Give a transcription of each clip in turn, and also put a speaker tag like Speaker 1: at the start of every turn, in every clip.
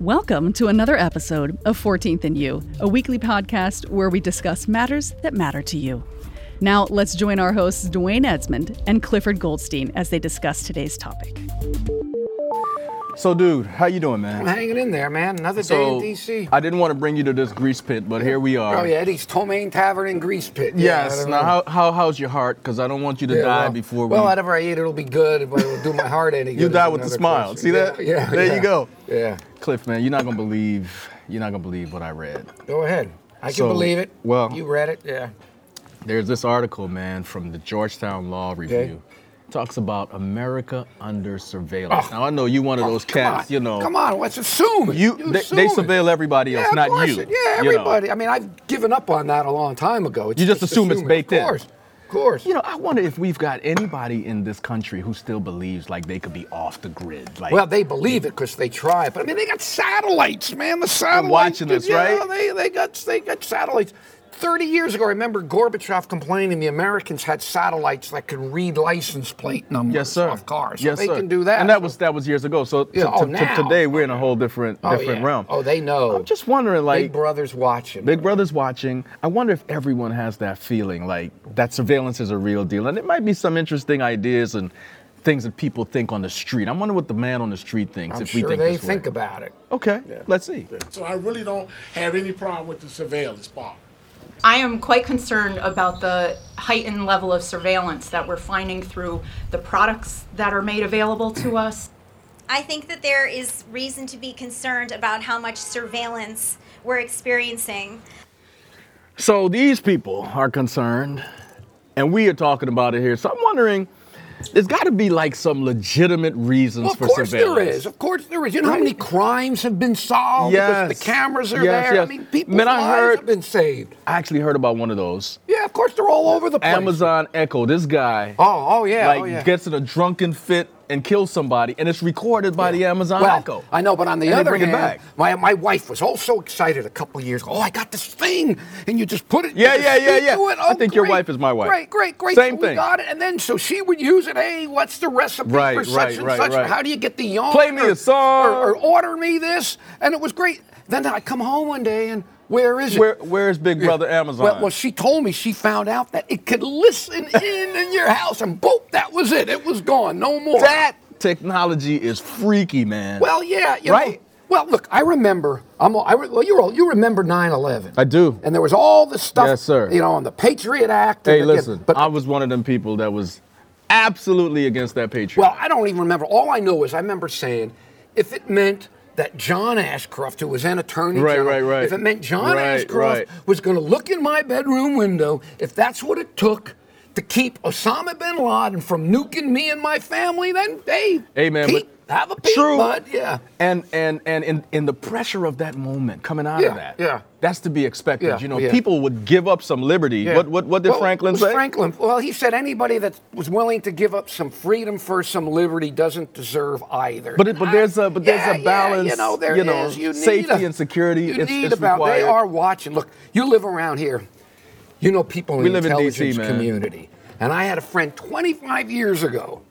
Speaker 1: Welcome to another episode of 14th and You, a weekly podcast where we discuss matters that matter to you. Now, let's join our hosts, Dwayne Edmond and Clifford Goldstein, as they discuss today's topic.
Speaker 2: So, dude, how you doing,
Speaker 3: I'm
Speaker 2: man?
Speaker 3: hanging in there, man. Another
Speaker 2: So,
Speaker 3: day in D.C.
Speaker 2: I didn't want to bring you to this grease pit, but here we are.
Speaker 3: oh, yeah, Eddie's Tomaine Tavern and Grease Pit. Yeah,
Speaker 2: Yes.
Speaker 3: I don't
Speaker 2: now,
Speaker 3: know.
Speaker 2: how, how how's your heart? Because I don't want you to
Speaker 3: Yeah,
Speaker 2: die
Speaker 3: well-
Speaker 2: before we.
Speaker 3: Well, whatever I eat, it'll be good, but it'll do my heart any good.
Speaker 2: you
Speaker 3: is
Speaker 2: die with a
Speaker 3: another
Speaker 2: smile.
Speaker 3: question.
Speaker 2: See that?
Speaker 3: Yeah, yeah.
Speaker 2: There
Speaker 3: yeah.
Speaker 2: you go.
Speaker 3: Yeah.
Speaker 2: Cliff, man, you're not gonna believe you're not gonna believe what I read.
Speaker 3: Go ahead. I can
Speaker 2: So,
Speaker 3: believe it.
Speaker 2: well-
Speaker 3: you read it. Yeah.
Speaker 2: There's this article, man, from the Georgetown Law Review. Talks about America under surveillance. Now I know you one of those
Speaker 3: Oh, Come
Speaker 2: cats,
Speaker 3: on.
Speaker 2: you know.
Speaker 3: Come on. What's assuming?
Speaker 2: You, they, they
Speaker 3: assuming.
Speaker 2: surveil everybody else,
Speaker 3: yeah, of
Speaker 2: not
Speaker 3: course
Speaker 2: you.
Speaker 3: it- Yeah,
Speaker 2: you know.
Speaker 3: everybody. I mean, I've given up on that a long time ago. It's
Speaker 2: You just assume it's
Speaker 3: assuming.
Speaker 2: baked in.
Speaker 3: Of course. Of course.
Speaker 2: You know, I wonder if we've got anybody in this country who still believes like they could be off the grid. Like,
Speaker 3: Well, they believe it because they try, but I mean, they got satellites, man. The satellites
Speaker 2: watching us,
Speaker 3: you know,
Speaker 2: right?
Speaker 3: They they got they got satellites. Thirty years ago, I remember Gorbachev complaining the Americans had satellites that could read license plate numbers
Speaker 2: yes, sir.
Speaker 3: off cars. So
Speaker 2: yes,
Speaker 3: they
Speaker 2: sir.
Speaker 3: can do that.
Speaker 2: And that was that was years ago. So to-
Speaker 3: Yeah,
Speaker 2: to-
Speaker 3: oh,
Speaker 2: to-
Speaker 3: now.
Speaker 2: today we're in a whole different
Speaker 3: Oh,
Speaker 2: different
Speaker 3: yeah.
Speaker 2: realm.
Speaker 3: Oh, they know.
Speaker 2: I'm just wondering, like,
Speaker 3: Big Brother's watching.
Speaker 2: Big Brother's watching. I wonder if everyone has that feeling, like that surveillance is a real deal. And it might be some interesting ideas and things that people think on the street. I wonder what the man on the street thinks
Speaker 3: I'm
Speaker 2: if
Speaker 3: sure
Speaker 2: we think
Speaker 3: they
Speaker 2: this way.
Speaker 3: think about it.
Speaker 2: Okay, let's see.
Speaker 4: So I really don't have any problem with the surveillance part.
Speaker 5: I am quite concerned about the heightened level of surveillance that we're finding through the products that are made available to us.
Speaker 6: I think that there is reason to be concerned about how much surveillance we're experiencing.
Speaker 2: So these people are concerned, and we are talking about it here. So I'm wondering, there's got to be like some legitimate reasons
Speaker 3: Well, of
Speaker 2: for
Speaker 3: course
Speaker 2: surveillance.
Speaker 3: there is. Of course there is. You know how many crimes have been solved because
Speaker 2: Yes.
Speaker 3: the cameras are
Speaker 2: Yes,
Speaker 3: there.
Speaker 2: yes.
Speaker 3: I mean, people's
Speaker 2: Man, I
Speaker 3: lives
Speaker 2: heard-
Speaker 3: have been saved.
Speaker 2: I actually heard about one of those.
Speaker 3: Yeah, of course they're all over the place.
Speaker 2: Amazon Echo. This guy,
Speaker 3: Oh, oh yeah,
Speaker 2: like
Speaker 3: oh, yeah.
Speaker 2: gets in a drunken fit and kills somebody, and it's recorded by the Amazon
Speaker 3: well,
Speaker 2: Echo.
Speaker 3: I know, but on the
Speaker 2: And they
Speaker 3: other
Speaker 2: bring it
Speaker 3: hand,
Speaker 2: back.
Speaker 3: my my wife was also excited a couple of years ago. Oh, I got this thing, and you just put it.
Speaker 2: Yeah,
Speaker 3: you
Speaker 2: yeah,
Speaker 3: just
Speaker 2: yeah,
Speaker 3: speak
Speaker 2: yeah.
Speaker 3: to it.
Speaker 2: I
Speaker 3: Oh,
Speaker 2: think your
Speaker 3: great,
Speaker 2: wife is my wife.
Speaker 3: Great, great, great.
Speaker 2: Same
Speaker 3: so
Speaker 2: thing.
Speaker 3: We got it, and then so she would use it. Hey, what's the recipe
Speaker 2: Right,
Speaker 3: for such
Speaker 2: right,
Speaker 3: and
Speaker 2: right,
Speaker 3: such?
Speaker 2: right.
Speaker 3: How do you get the yarn?
Speaker 2: Play me a
Speaker 3: or-
Speaker 2: song.
Speaker 3: or, or order me this, and it was great. Then I come home one day, and where is it?
Speaker 2: Where, where's Big Brother
Speaker 3: Yeah.
Speaker 2: Amazon?
Speaker 3: Well, well, she told me she found out that it could listen in in your house, and boop, that was it. It was gone, no more.
Speaker 2: that technology is freaky, man.
Speaker 3: Well, yeah, you
Speaker 2: Right.
Speaker 3: Know, well, look, I remember. I'm. I, re- well, you're old. You remember 9/11.
Speaker 2: I do.
Speaker 3: And there was all this stuff.
Speaker 2: Yes, sir.
Speaker 3: You know, on the Patriot Act. and
Speaker 2: hey,
Speaker 3: again,
Speaker 2: listen,
Speaker 3: But
Speaker 2: I was one of them people that was absolutely against that Patriot.
Speaker 3: well, I don't even remember. All I know is I remember saying, if it meant that John Ashcroft, who was then Attorney
Speaker 2: Right,
Speaker 3: General,
Speaker 2: right, right.
Speaker 3: if it meant John
Speaker 2: Right,
Speaker 3: Ashcroft
Speaker 2: right.
Speaker 3: was going to look in my bedroom window, if that's what it took. To keep Osama bin Laden from nuking me and my family, then hey,
Speaker 2: Hey, man,
Speaker 3: Pete,
Speaker 2: but-
Speaker 3: have a peep,
Speaker 2: True.
Speaker 3: bud. Yeah,
Speaker 2: And and and in, in the pressure of that moment coming out of
Speaker 3: Yeah,
Speaker 2: that,
Speaker 3: yeah.
Speaker 2: that's to be expected.
Speaker 3: Yeah,
Speaker 2: you know,
Speaker 3: yeah.
Speaker 2: people would give up some liberty.
Speaker 3: Yeah.
Speaker 2: What what what did
Speaker 3: Well,
Speaker 2: Franklin
Speaker 3: was
Speaker 2: say?
Speaker 3: Franklin. Well, he said anybody that was willing to give up some freedom for some liberty doesn't deserve either.
Speaker 2: But it- but
Speaker 3: And
Speaker 2: there's a- but there's a
Speaker 3: yeah, yeah,
Speaker 2: balance,
Speaker 3: you know, there
Speaker 2: you know,
Speaker 3: is. You need
Speaker 2: safety
Speaker 3: a-
Speaker 2: and security
Speaker 3: You
Speaker 2: is-
Speaker 3: need
Speaker 2: is
Speaker 3: a balance. They
Speaker 2: required.
Speaker 3: are watching. Look, you live around here. You know people in
Speaker 2: We
Speaker 3: the
Speaker 2: live in DC,
Speaker 3: intelligence
Speaker 2: man.
Speaker 3: community, and I had a friend 25 years ago.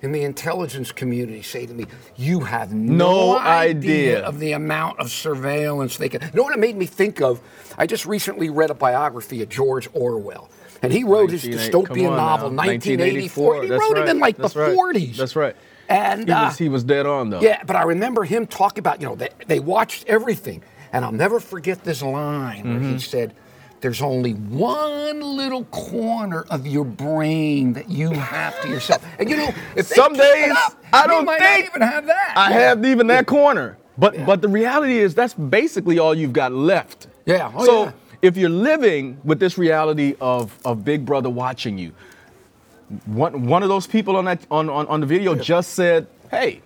Speaker 3: In the intelligence community, say to me, "You have no,
Speaker 2: No idea.
Speaker 3: of the amount of surveillance they can." You know what it made me think of? I just recently read a biography of George Orwell, and he wrote his
Speaker 2: 1980 come
Speaker 3: dystopian
Speaker 2: on
Speaker 3: novel,
Speaker 2: now,
Speaker 3: 1984. and He
Speaker 2: That's
Speaker 3: wrote it
Speaker 2: right,
Speaker 3: in like the
Speaker 2: that's right,
Speaker 3: 40s.
Speaker 2: That's right.
Speaker 3: And
Speaker 2: he,
Speaker 3: uh,
Speaker 2: was, he was dead on though.
Speaker 3: yeah, but I remember him talking about, you know, they, they watched everything. And I'll never forget this line where
Speaker 2: Mm-hmm.
Speaker 3: he said, There's only one little corner of your brain that you have to yourself. And you know, if they
Speaker 2: Some
Speaker 3: keep it
Speaker 2: days,
Speaker 3: up,
Speaker 2: I
Speaker 3: we
Speaker 2: don't
Speaker 3: might
Speaker 2: think
Speaker 3: not even have that.
Speaker 2: I
Speaker 3: Yeah.
Speaker 2: have even that corner. But but the reality is that's basically all you've got left.
Speaker 3: Yeah, oh,
Speaker 2: so
Speaker 3: yeah.
Speaker 2: if you're living with this reality of of Big Brother watching you, one one of those people on that on on, on the video just said, "Hey,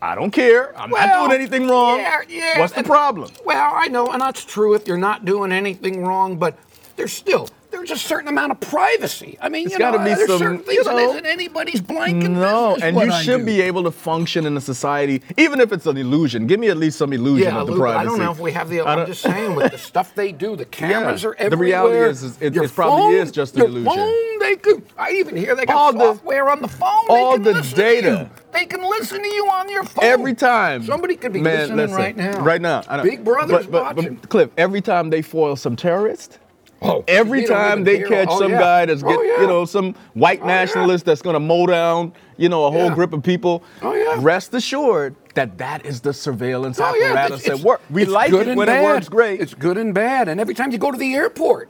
Speaker 2: I don't care. I'm
Speaker 3: Well,
Speaker 2: not doing anything wrong.
Speaker 3: yeah, yeah,
Speaker 2: What's the
Speaker 3: and-
Speaker 2: problem?"
Speaker 3: Well, I know, and that's true if you're not doing anything wrong, but there's still there's a certain amount of privacy. I mean,
Speaker 2: It's
Speaker 3: you know,
Speaker 2: gotta be
Speaker 3: there's
Speaker 2: some-
Speaker 3: certain
Speaker 2: you
Speaker 3: things that
Speaker 2: know.
Speaker 3: isn't anybody's blank in
Speaker 2: No,
Speaker 3: business
Speaker 2: and
Speaker 3: what
Speaker 2: you
Speaker 3: I
Speaker 2: should
Speaker 3: do.
Speaker 2: be able to function in a society, even if it's an illusion. Give me at least some illusion
Speaker 3: Yeah,
Speaker 2: of the
Speaker 3: Lou, but
Speaker 2: privacy.
Speaker 3: I don't know if we have the.
Speaker 2: I
Speaker 3: I'm
Speaker 2: don't-
Speaker 3: just saying with the stuff they do, the cameras are
Speaker 2: The
Speaker 3: everywhere.
Speaker 2: reality is- is it-
Speaker 3: Your
Speaker 2: it probably
Speaker 3: phone-
Speaker 2: is just an
Speaker 3: your
Speaker 2: illusion.
Speaker 3: Phone, they could. I even hear they got
Speaker 2: All the-
Speaker 3: software on the phone. they
Speaker 2: all
Speaker 3: can
Speaker 2: the
Speaker 3: listen to
Speaker 2: data
Speaker 3: you. They can listen to you on your phone.
Speaker 2: Every time.
Speaker 3: Oh, Somebody could be
Speaker 2: Man,
Speaker 3: listening
Speaker 2: listen,
Speaker 3: right now.
Speaker 2: Right now. I know.
Speaker 3: Big Brother's
Speaker 2: but, but,
Speaker 3: watching.
Speaker 2: But, Cliff, every time they foil some terrorist,
Speaker 3: Oh,
Speaker 2: every
Speaker 3: you don't
Speaker 2: time
Speaker 3: even
Speaker 2: they
Speaker 3: care.
Speaker 2: catch
Speaker 3: Oh,
Speaker 2: some
Speaker 3: yeah.
Speaker 2: guy that's
Speaker 3: Oh,
Speaker 2: get,
Speaker 3: yeah.
Speaker 2: you know, some white
Speaker 3: Oh,
Speaker 2: nationalist that's gonna mow down, you know, a whole
Speaker 3: Yeah.
Speaker 2: group of people.
Speaker 3: Oh, yeah.
Speaker 2: Rest assured that that is the surveillance
Speaker 3: Oh, yeah,
Speaker 2: apparatus
Speaker 3: it's-
Speaker 2: at
Speaker 3: it's-
Speaker 2: work. We
Speaker 3: it's
Speaker 2: like it
Speaker 3: good and
Speaker 2: when
Speaker 3: bad.
Speaker 2: it works great.
Speaker 3: It's good and bad. And every time you go to the airport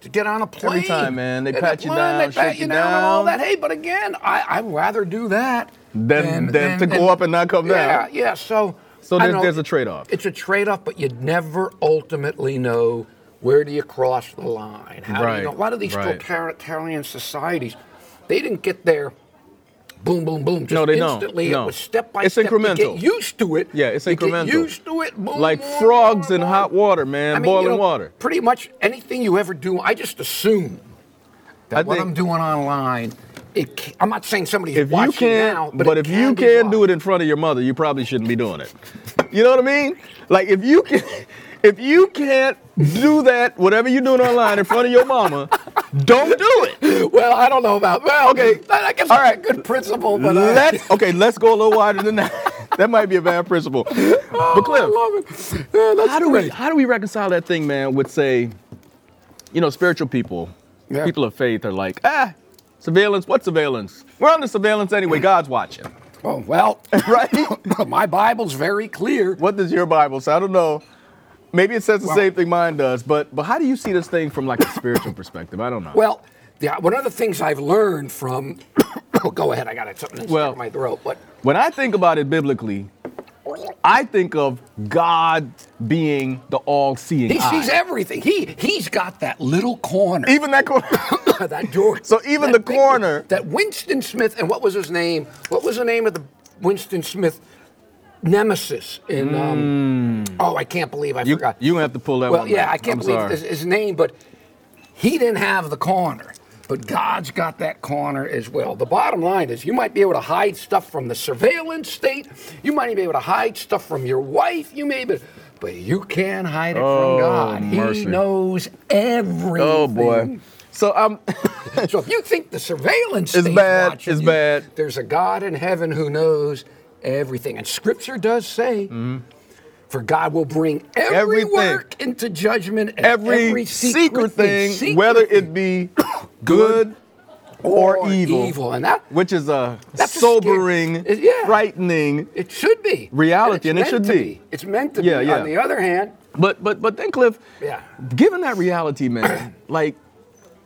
Speaker 3: to get on a plane,
Speaker 2: time, man, they
Speaker 3: and
Speaker 2: pat
Speaker 3: that
Speaker 2: you
Speaker 3: line,
Speaker 2: down,
Speaker 3: they pat
Speaker 2: shake
Speaker 3: you
Speaker 2: you
Speaker 3: down, and all
Speaker 2: down.
Speaker 3: that. Hey, but again, I, I'd rather do that
Speaker 2: Than- than to go up and not come
Speaker 3: yeah,
Speaker 2: down.
Speaker 3: Yeah, so
Speaker 2: So
Speaker 3: I
Speaker 2: there's-
Speaker 3: know
Speaker 2: there's a trade-off.
Speaker 3: It's a trade-off, but you never ultimately know where do you cross the line. How do
Speaker 2: Right,
Speaker 3: you know? A lot of these
Speaker 2: right.
Speaker 3: totalitarian societies, they didn't get there. Boom, boom, boom! Just
Speaker 2: No, they don't.
Speaker 3: instantly,
Speaker 2: No.
Speaker 3: It was step by
Speaker 2: It's
Speaker 3: step. to get
Speaker 2: incremental.
Speaker 3: used to it.
Speaker 2: Yeah, it's
Speaker 3: to get
Speaker 2: incremental.
Speaker 3: used to it. Boom,
Speaker 2: Like
Speaker 3: boom,
Speaker 2: frogs
Speaker 3: boom,
Speaker 2: in
Speaker 3: boom.
Speaker 2: hot water, man,
Speaker 3: I mean,
Speaker 2: boiling
Speaker 3: you know,
Speaker 2: water.
Speaker 3: Pretty much anything you ever do, I just assume that
Speaker 2: I
Speaker 3: what
Speaker 2: think-
Speaker 3: I'm doing online, it. ca- I'm not saying somebody's
Speaker 2: if you
Speaker 3: watching
Speaker 2: can,
Speaker 3: now,
Speaker 2: but,
Speaker 3: but,
Speaker 2: if you can do it in front of your mother, you probably shouldn't be doing it. You know what I mean? Like if you can, if you can't do that, whatever you're doing online in front of your mama, don't do it.
Speaker 3: it. Well, I don't know about. Well,
Speaker 2: Okay.
Speaker 3: I I guess
Speaker 2: All
Speaker 3: all right,
Speaker 2: right.
Speaker 3: good principle, but uh,
Speaker 2: Let's okay. Let's go a little wider than that. That might be a bad principle. But Cliff,
Speaker 3: I love it. Yeah, Oh, that's
Speaker 2: how do we
Speaker 3: great.
Speaker 2: how do we reconcile that thing, man? With say, you know, spiritual people,
Speaker 3: Yeah.
Speaker 2: people of faith are like, ah, surveillance. What surveillance? We're under surveillance anyway. God's watching,
Speaker 3: Oh, well,
Speaker 2: right?
Speaker 3: my Bible's very clear.
Speaker 2: what does your Bible say? I don't know. Maybe it says the
Speaker 3: Well-
Speaker 2: same thing mine does, but but how do you see this thing from like a spiritual perspective? I don't know.
Speaker 3: Well, yeah, one of the things I've learned from. oh, go ahead. I got something that's
Speaker 2: Well-
Speaker 3: stuck in my throat, but.
Speaker 2: when I think about it biblically, I think of God being the all-seeing
Speaker 3: He sees
Speaker 2: eye.
Speaker 3: everything. He he's got that little corner.
Speaker 2: even that corner.
Speaker 3: that door.
Speaker 2: E-, So even
Speaker 3: that
Speaker 2: the
Speaker 3: big-
Speaker 2: corner-
Speaker 3: That Winston Smith and what was his name? What was the name of the Winston Smith nemesis in? Um, oh, I can't believe I
Speaker 2: Hmm. you
Speaker 3: forgot.
Speaker 2: you gonna have to pull that
Speaker 3: well,
Speaker 2: one.
Speaker 3: yeah,
Speaker 2: back.
Speaker 3: I
Speaker 2: I'm
Speaker 3: can't believe
Speaker 2: sorry.
Speaker 3: his, his name, but he didn't have the corner. But God's got that corner as well. The bottom line is, you might be able to hide stuff from the surveillance state. You might be able to hide stuff from your wife. You may be, but you can't hide it
Speaker 2: Oh,
Speaker 3: from God.
Speaker 2: mercy.
Speaker 3: He knows everything.
Speaker 2: Oh boy. So um,
Speaker 3: So if you think the surveillance
Speaker 2: It's
Speaker 3: state's
Speaker 2: bad,
Speaker 3: watching
Speaker 2: it's
Speaker 3: you,
Speaker 2: bad.
Speaker 3: There's a God in heaven who knows everything, and Scripture does say. For God will bring every
Speaker 2: Mm-hmm. Everything.
Speaker 3: work into judgment, and
Speaker 2: every, secret, thing,
Speaker 3: secret
Speaker 2: whether
Speaker 3: thing,
Speaker 2: it be good or, evil,
Speaker 3: and that
Speaker 2: which is a
Speaker 3: That's a scary-
Speaker 2: sobering,
Speaker 3: it- yeah.
Speaker 2: frightening
Speaker 3: it should be
Speaker 2: Reality, and it
Speaker 3: it's meant
Speaker 2: should
Speaker 3: to
Speaker 2: be.
Speaker 3: It's meant to
Speaker 2: Yeah,
Speaker 3: be.
Speaker 2: yeah.
Speaker 3: On the other hand,
Speaker 2: But but but then Cliff,
Speaker 3: Yeah.
Speaker 2: given that reality, man, like,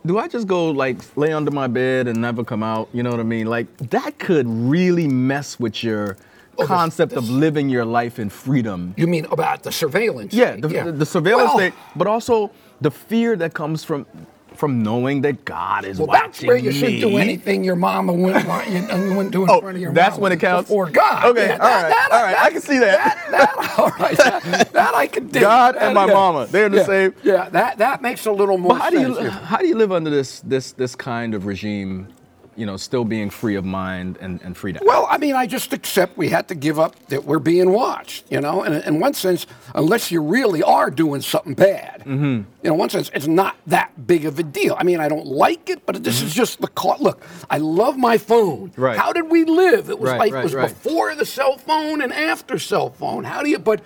Speaker 2: do I just go like lay under my bed and never come out? You know what I mean? Like that could really mess with your
Speaker 3: this-
Speaker 2: concept of
Speaker 3: this-
Speaker 2: living your life in freedom.
Speaker 3: you mean about the surveillance?
Speaker 2: Yeah,
Speaker 3: state,
Speaker 2: the, the- the surveillance
Speaker 3: Well,
Speaker 2: state, but also the fear that comes from from knowing that God is
Speaker 3: Well,
Speaker 2: watching
Speaker 3: that's where you shouldn't do
Speaker 2: me.
Speaker 3: anything your mama wouldn't want you, you wouldn't do in
Speaker 2: Oh,
Speaker 3: front of your
Speaker 2: that's
Speaker 3: mama
Speaker 2: when it counts?
Speaker 3: Before God.
Speaker 2: Okay,
Speaker 3: Yeah,
Speaker 2: all right, all right, I can see that.
Speaker 3: that- all right, that, that I can do.
Speaker 2: God
Speaker 3: That
Speaker 2: and my
Speaker 3: I can-
Speaker 2: mama, they're the
Speaker 3: yeah,
Speaker 2: same.
Speaker 3: Yeah, that, that makes a little more
Speaker 2: But how do
Speaker 3: sense.
Speaker 2: you how do you live under this this this kind of regime? You know, still being free of mind and and free to act?
Speaker 3: Well, I mean, I just accept we had to give up that we're being watched, you know? And in one sense, unless you really are doing something bad,
Speaker 2: Mm-hmm.
Speaker 3: you know, in one sense, it's not that big of a deal. I mean, I don't like it, but this is just the call. Look, I love my phone.
Speaker 2: Mm-hmm. Right.
Speaker 3: How did we live? It was
Speaker 2: Right,
Speaker 3: like
Speaker 2: right,
Speaker 3: it was
Speaker 2: right.
Speaker 3: before the cell phone and after cell phone. How do you, but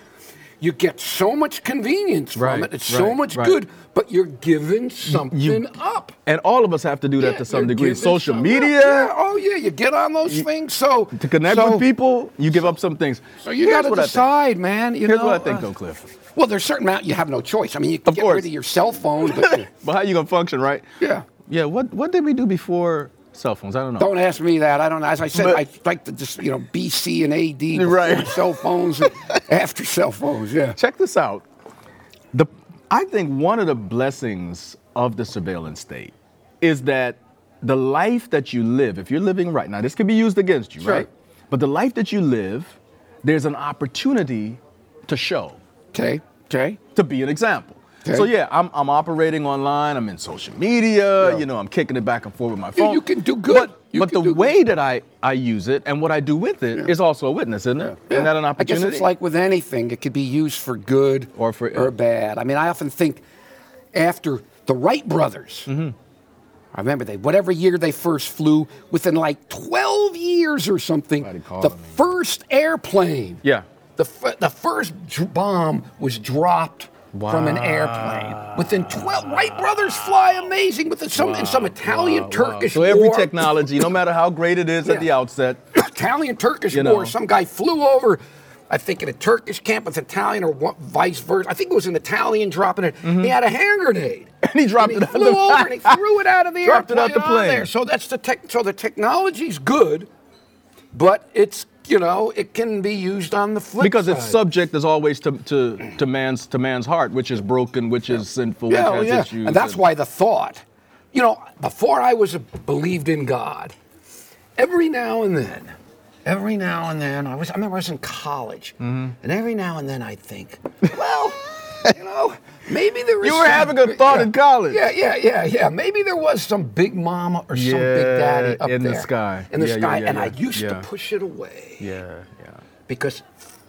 Speaker 3: you get so much convenience
Speaker 2: Right,
Speaker 3: from it. It's so
Speaker 2: right,
Speaker 3: much
Speaker 2: right.
Speaker 3: good, but you're giving something up.
Speaker 2: And all of us have to do that
Speaker 3: Yeah,
Speaker 2: to some
Speaker 3: you're
Speaker 2: degree.
Speaker 3: giving
Speaker 2: Social
Speaker 3: something up.
Speaker 2: media,
Speaker 3: Yeah, Oh yeah, you get on those things. So
Speaker 2: to connect
Speaker 3: so-
Speaker 2: with people, you give up some things.
Speaker 3: So you
Speaker 2: Here's
Speaker 3: got to
Speaker 2: what I think.
Speaker 3: decide, man. You
Speaker 2: Here's
Speaker 3: know,
Speaker 2: what I think,
Speaker 3: uh,
Speaker 2: though, Cliff.
Speaker 3: Well, there's certain amount you have no choice. I mean, you can
Speaker 2: Of
Speaker 3: get
Speaker 2: course.
Speaker 3: rid of your cell phone, but you-
Speaker 2: But how you gonna function, right?
Speaker 3: yeah.
Speaker 2: Yeah. What What did we do before cell phones? I don't know.
Speaker 3: Don't ask me that. I don't. know. As I said,
Speaker 2: But-
Speaker 3: I like to just you know BC and AD before
Speaker 2: Right.
Speaker 3: cell phones and after cell phones. Yeah.
Speaker 2: Check this out. The I think one of the blessings of the surveillance state is that the life that you live, if you're living right now, this could be used against you,
Speaker 3: Sure.
Speaker 2: right? But the life that you live, there's an opportunity to show.
Speaker 3: Okay. Okay.
Speaker 2: to be an example.
Speaker 3: Okay.
Speaker 2: So yeah, I'm, I'm operating online. I'm in social media.
Speaker 3: Yeah.
Speaker 2: You know, I'm kicking it back and forth with my
Speaker 3: You-
Speaker 2: phone.
Speaker 3: you can do good.
Speaker 2: But,
Speaker 3: You
Speaker 2: but
Speaker 3: can do
Speaker 2: the
Speaker 3: good.
Speaker 2: way that I, I use it and what I do with it is also a witness, isn't it? Isn't that an opportunity?
Speaker 3: I guess it's like with anything, it could be used for good
Speaker 2: Or for ill. Mm-hmm.
Speaker 3: bad. I mean, I often think after the Wright brothers, I remember they, whatever year they first flew, within like 12 years or something,
Speaker 4: Somebody called
Speaker 3: the
Speaker 4: me.
Speaker 3: first airplane,
Speaker 2: Yeah.
Speaker 3: the, f- the first dr- bomb was dropped from an airplane. Within 12, Wright brothers fly amazing with some, in some Italian Turkish
Speaker 2: Ah, So every
Speaker 3: war.
Speaker 2: technology, no matter how great it is at the
Speaker 3: Yeah.
Speaker 2: outset,
Speaker 3: Italian Turkish
Speaker 2: You
Speaker 3: war.
Speaker 2: know.
Speaker 3: Some guy flew over, I think, in a Turkish camp with Italian or what, vice versa. I think it was an Italian dropping it. He had a hand grenade.
Speaker 2: Mm-hmm. and he dropped
Speaker 3: And
Speaker 2: it
Speaker 3: he
Speaker 2: out
Speaker 3: flew
Speaker 2: the
Speaker 3: over and he threw it out of the
Speaker 2: Dropped it
Speaker 3: airplane
Speaker 2: out the
Speaker 3: on
Speaker 2: plane.
Speaker 3: there. So that's the tech. So the technology's good, but it's you know it can be used on the flip
Speaker 2: because its
Speaker 3: side.
Speaker 2: subject is always to, to, to man's to man's heart, which is broken, which is sinful, which
Speaker 3: yeah, well,
Speaker 2: has
Speaker 3: yeah.
Speaker 2: issues.
Speaker 3: and that's why the thought. You know, before I was a, believed in God, every now and then, every now and then, I was. I remember I was in college,
Speaker 2: Mm-hmm.
Speaker 3: and every now and then I'd think, well, you know, maybe there was.
Speaker 2: You were
Speaker 3: some
Speaker 2: having a
Speaker 3: big-
Speaker 2: thought
Speaker 3: yeah,
Speaker 2: in college.
Speaker 3: Yeah, yeah, yeah, yeah. Maybe there was some big mama or some
Speaker 2: Yeah,
Speaker 3: big daddy up
Speaker 2: in the
Speaker 3: there
Speaker 2: sky.
Speaker 3: in the
Speaker 2: Yeah, yeah,
Speaker 3: sky,
Speaker 2: yeah,
Speaker 3: and I
Speaker 2: yeah,
Speaker 3: used to
Speaker 2: yeah.
Speaker 3: push it away
Speaker 2: Yeah, yeah.
Speaker 3: because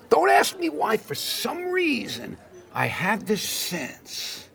Speaker 3: don't ask me why for some reason i have this sense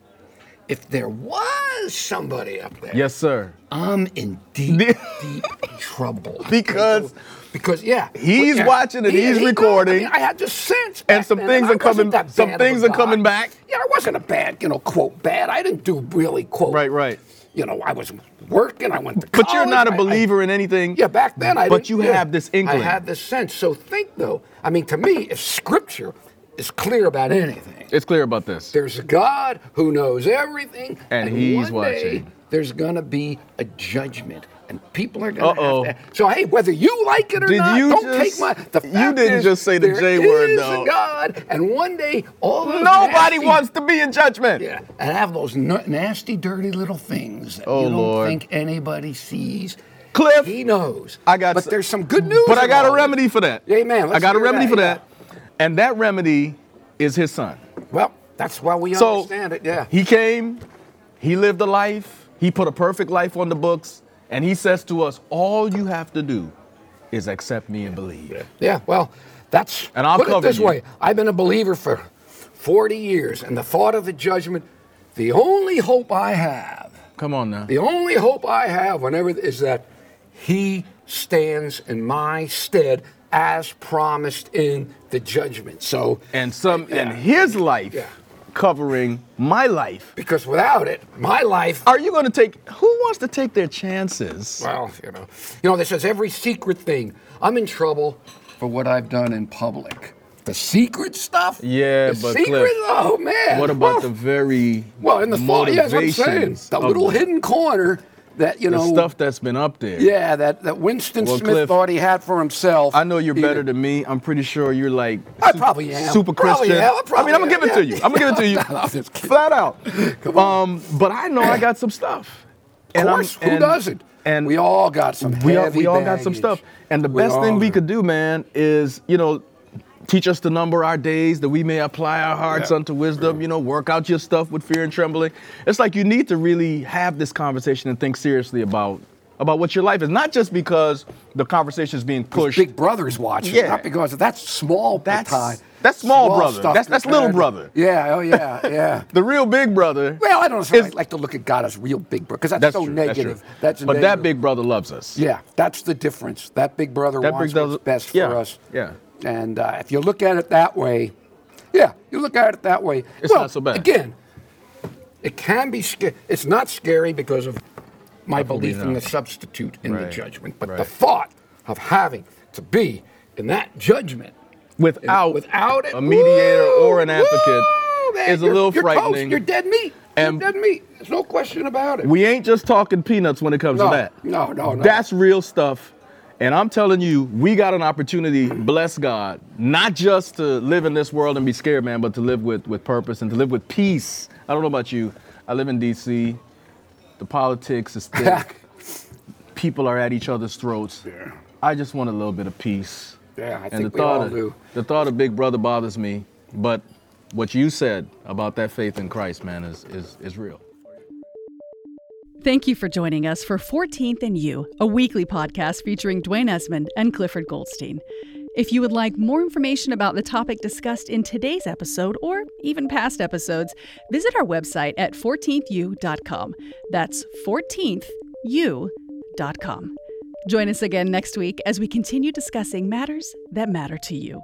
Speaker 3: if there was somebody up there
Speaker 2: Yes, sir.
Speaker 3: i'm in deep deep trouble
Speaker 2: Because-
Speaker 3: because yeah
Speaker 2: He's
Speaker 3: yeah,
Speaker 2: watching and he's
Speaker 3: knows.
Speaker 2: recording.
Speaker 3: I, mean, I had this sense
Speaker 2: And
Speaker 3: back
Speaker 2: some
Speaker 3: then
Speaker 2: things
Speaker 3: I
Speaker 2: are coming-
Speaker 3: wasn't that
Speaker 2: some
Speaker 3: bad of a
Speaker 2: things are
Speaker 3: guy.
Speaker 2: coming back.
Speaker 3: yeah i wasn't a bad you know quote bad i didn't do really quote
Speaker 2: Right, right.
Speaker 3: you know i was working i went to
Speaker 2: But you're
Speaker 3: college,
Speaker 2: not a
Speaker 3: I- I-
Speaker 2: believer in anything.
Speaker 3: yeah, back then I.
Speaker 2: But
Speaker 3: didn't-
Speaker 2: you
Speaker 3: yeah,
Speaker 2: have this inkling.
Speaker 3: I had this sense. So think though. I mean, to me, if Scripture is clear about anything,
Speaker 2: It's clear about this.
Speaker 3: there's a God who knows everything,
Speaker 2: And he's
Speaker 3: one day,
Speaker 2: watching.
Speaker 3: there's gonna be a judgment, and people are gonna.
Speaker 2: Uh-oh.
Speaker 3: Have to, so hey, whether you like it or
Speaker 2: Did
Speaker 3: not,
Speaker 2: you
Speaker 3: don't
Speaker 2: just-
Speaker 3: take my. The
Speaker 2: you
Speaker 3: fact
Speaker 2: didn't
Speaker 3: is,
Speaker 2: just say the
Speaker 3: there
Speaker 2: J word,
Speaker 3: is
Speaker 2: though.
Speaker 3: A God, and one day all those
Speaker 2: Nobody
Speaker 3: nasty-
Speaker 2: wants to be in judgment.
Speaker 3: yeah, and have those n- nasty, dirty little things that
Speaker 2: Oh,
Speaker 3: you don't
Speaker 2: Lord.
Speaker 3: think anybody sees.
Speaker 2: Cliff,
Speaker 3: he knows.
Speaker 2: I got
Speaker 3: but
Speaker 2: s-
Speaker 3: there's some good news.
Speaker 2: But I got a
Speaker 3: about it.
Speaker 2: remedy for that.
Speaker 3: Amen. Let's
Speaker 2: I got a
Speaker 3: hear
Speaker 2: remedy
Speaker 3: that,
Speaker 2: for
Speaker 3: yeah.
Speaker 2: that. And that remedy is his son.
Speaker 3: Well, that's why we
Speaker 2: So
Speaker 3: understand it. Yeah.
Speaker 2: he came, he lived a life, he put a perfect life on the books, and he says to us, all you have to do is accept me and believe.
Speaker 3: yeah. Well, that's.
Speaker 2: And I'll
Speaker 3: put
Speaker 2: cover
Speaker 3: it this
Speaker 2: you.
Speaker 3: way. I've been a believer for 40 years, and the thought of the judgment, the only hope I have,
Speaker 2: Come on now.
Speaker 3: the only hope I have, whenever is that He stands in my stead as promised in the judgment. So.
Speaker 2: And some and
Speaker 3: Yeah.
Speaker 2: his life
Speaker 3: Yeah.
Speaker 2: covering my life.
Speaker 3: because without it, my life
Speaker 2: Are you gonna take who wants to take their chances?
Speaker 3: Well, you know, you know, this is every secret thing. I'm in trouble for what I've done in public. The secret stuff.
Speaker 2: Yeah,
Speaker 3: the
Speaker 2: but
Speaker 3: secret.
Speaker 2: Cliff,
Speaker 3: oh man.
Speaker 2: What about
Speaker 3: Woof.
Speaker 2: the very
Speaker 3: well in the fall? Yeah, that's what I'm saying.
Speaker 2: motivations
Speaker 3: The
Speaker 2: of
Speaker 3: little
Speaker 2: the-
Speaker 3: hidden corner that you
Speaker 2: the
Speaker 3: know.
Speaker 2: stuff that's been up there?
Speaker 3: Yeah, that that Winston
Speaker 2: Well,
Speaker 3: Smith
Speaker 2: Cliff,
Speaker 3: thought he had for himself.
Speaker 2: I know you're
Speaker 3: He-
Speaker 2: better than me. I'm pretty sure you're like
Speaker 3: I
Speaker 2: su-
Speaker 3: probably am.
Speaker 2: super
Speaker 3: Probably
Speaker 2: Christian.
Speaker 3: am. I
Speaker 2: I mean, I'm gonna
Speaker 3: probably
Speaker 2: give it
Speaker 3: am.
Speaker 2: to you. I'm gonna give it to you
Speaker 3: No, I'm just kidding.
Speaker 2: flat out.
Speaker 3: Come on.
Speaker 2: Um, but I know I got some stuff.
Speaker 3: Of
Speaker 2: And I'm-
Speaker 3: course, who
Speaker 2: and-
Speaker 3: doesn't?
Speaker 2: And
Speaker 3: we all got some.
Speaker 2: we all,
Speaker 3: heavy
Speaker 2: we all got some
Speaker 3: baggage.
Speaker 2: stuff. And the
Speaker 3: We
Speaker 2: best
Speaker 3: all
Speaker 2: thing we
Speaker 3: do.
Speaker 2: could do, man, is you know, teach us to number our days that we may apply our hearts
Speaker 3: Yeah.
Speaker 2: unto wisdom. You know, work out your stuff with fear and trembling. It's like you need to really have this conversation and think seriously about about what your life is. Not just because the conversation is being pushed.
Speaker 3: Big Brother's watching.
Speaker 2: Yeah.
Speaker 3: Not because that's small.
Speaker 2: That's-
Speaker 3: Ty.
Speaker 2: that's small brother.
Speaker 3: stuff
Speaker 2: That's- that's little
Speaker 3: compared to-
Speaker 2: brother.
Speaker 3: Yeah. Oh yeah. Yeah.
Speaker 2: the real big brother.
Speaker 3: well, I don't necessarily
Speaker 2: It's-
Speaker 3: like to look at God as real big brother because that's,
Speaker 2: that's
Speaker 3: so
Speaker 2: true, that's true.
Speaker 3: negative.
Speaker 2: but that
Speaker 3: negative.
Speaker 2: big brother loves us.
Speaker 3: Yeah, that's the difference. That big brother
Speaker 2: That
Speaker 3: wants
Speaker 2: big brother-
Speaker 3: what's best
Speaker 2: yeah,
Speaker 3: for us.
Speaker 2: yeah.
Speaker 3: And uh, if you look at it that way, yeah, you look at it that way.
Speaker 2: It's
Speaker 3: well,
Speaker 2: not so bad.
Speaker 3: Again, it can be scary. It's not scary because of my
Speaker 2: who we
Speaker 3: belief in
Speaker 2: know.
Speaker 3: the substitute in
Speaker 2: Right,
Speaker 3: the judgment, but the
Speaker 2: right.
Speaker 3: thought of having to be in that judgment
Speaker 2: Without,
Speaker 3: without it,
Speaker 2: a mediator
Speaker 3: woo,
Speaker 2: or an advocate
Speaker 3: woo, man,
Speaker 2: is a
Speaker 3: you're-
Speaker 2: little
Speaker 3: you're toast.
Speaker 2: frightening.
Speaker 3: You're dead meat.
Speaker 2: And-
Speaker 3: you're dead meat. There's no question about it.
Speaker 2: We ain't just talking peanuts when it comes
Speaker 3: No,
Speaker 2: to that.
Speaker 3: no, no, no.
Speaker 2: That's real stuff. And I'm telling you, we got an opportunity, bless God, not just to live in this world and be scared, man, but to live with, with purpose and to live with peace. I don't know about you. I live in DC. The politics is thick. People are at each other's throats.
Speaker 3: Yeah.
Speaker 2: I just want a little bit of peace.
Speaker 3: Yeah, I
Speaker 2: and
Speaker 3: think
Speaker 2: the
Speaker 3: we
Speaker 2: thought
Speaker 3: all
Speaker 2: of,
Speaker 3: do.
Speaker 2: The thought of Big Brother bothers me, but what you said about that faith in Christ, man, is is, is real.
Speaker 1: Thank you for joining us for 14th and You, a weekly podcast featuring Dwayne Esmond and Clifford Goldstein. If you would like more information about the topic discussed in today's episode or even past episodes, visit our website at 14thu.com. That's 14th you.com. Join us again next week as we continue discussing matters that matter to you.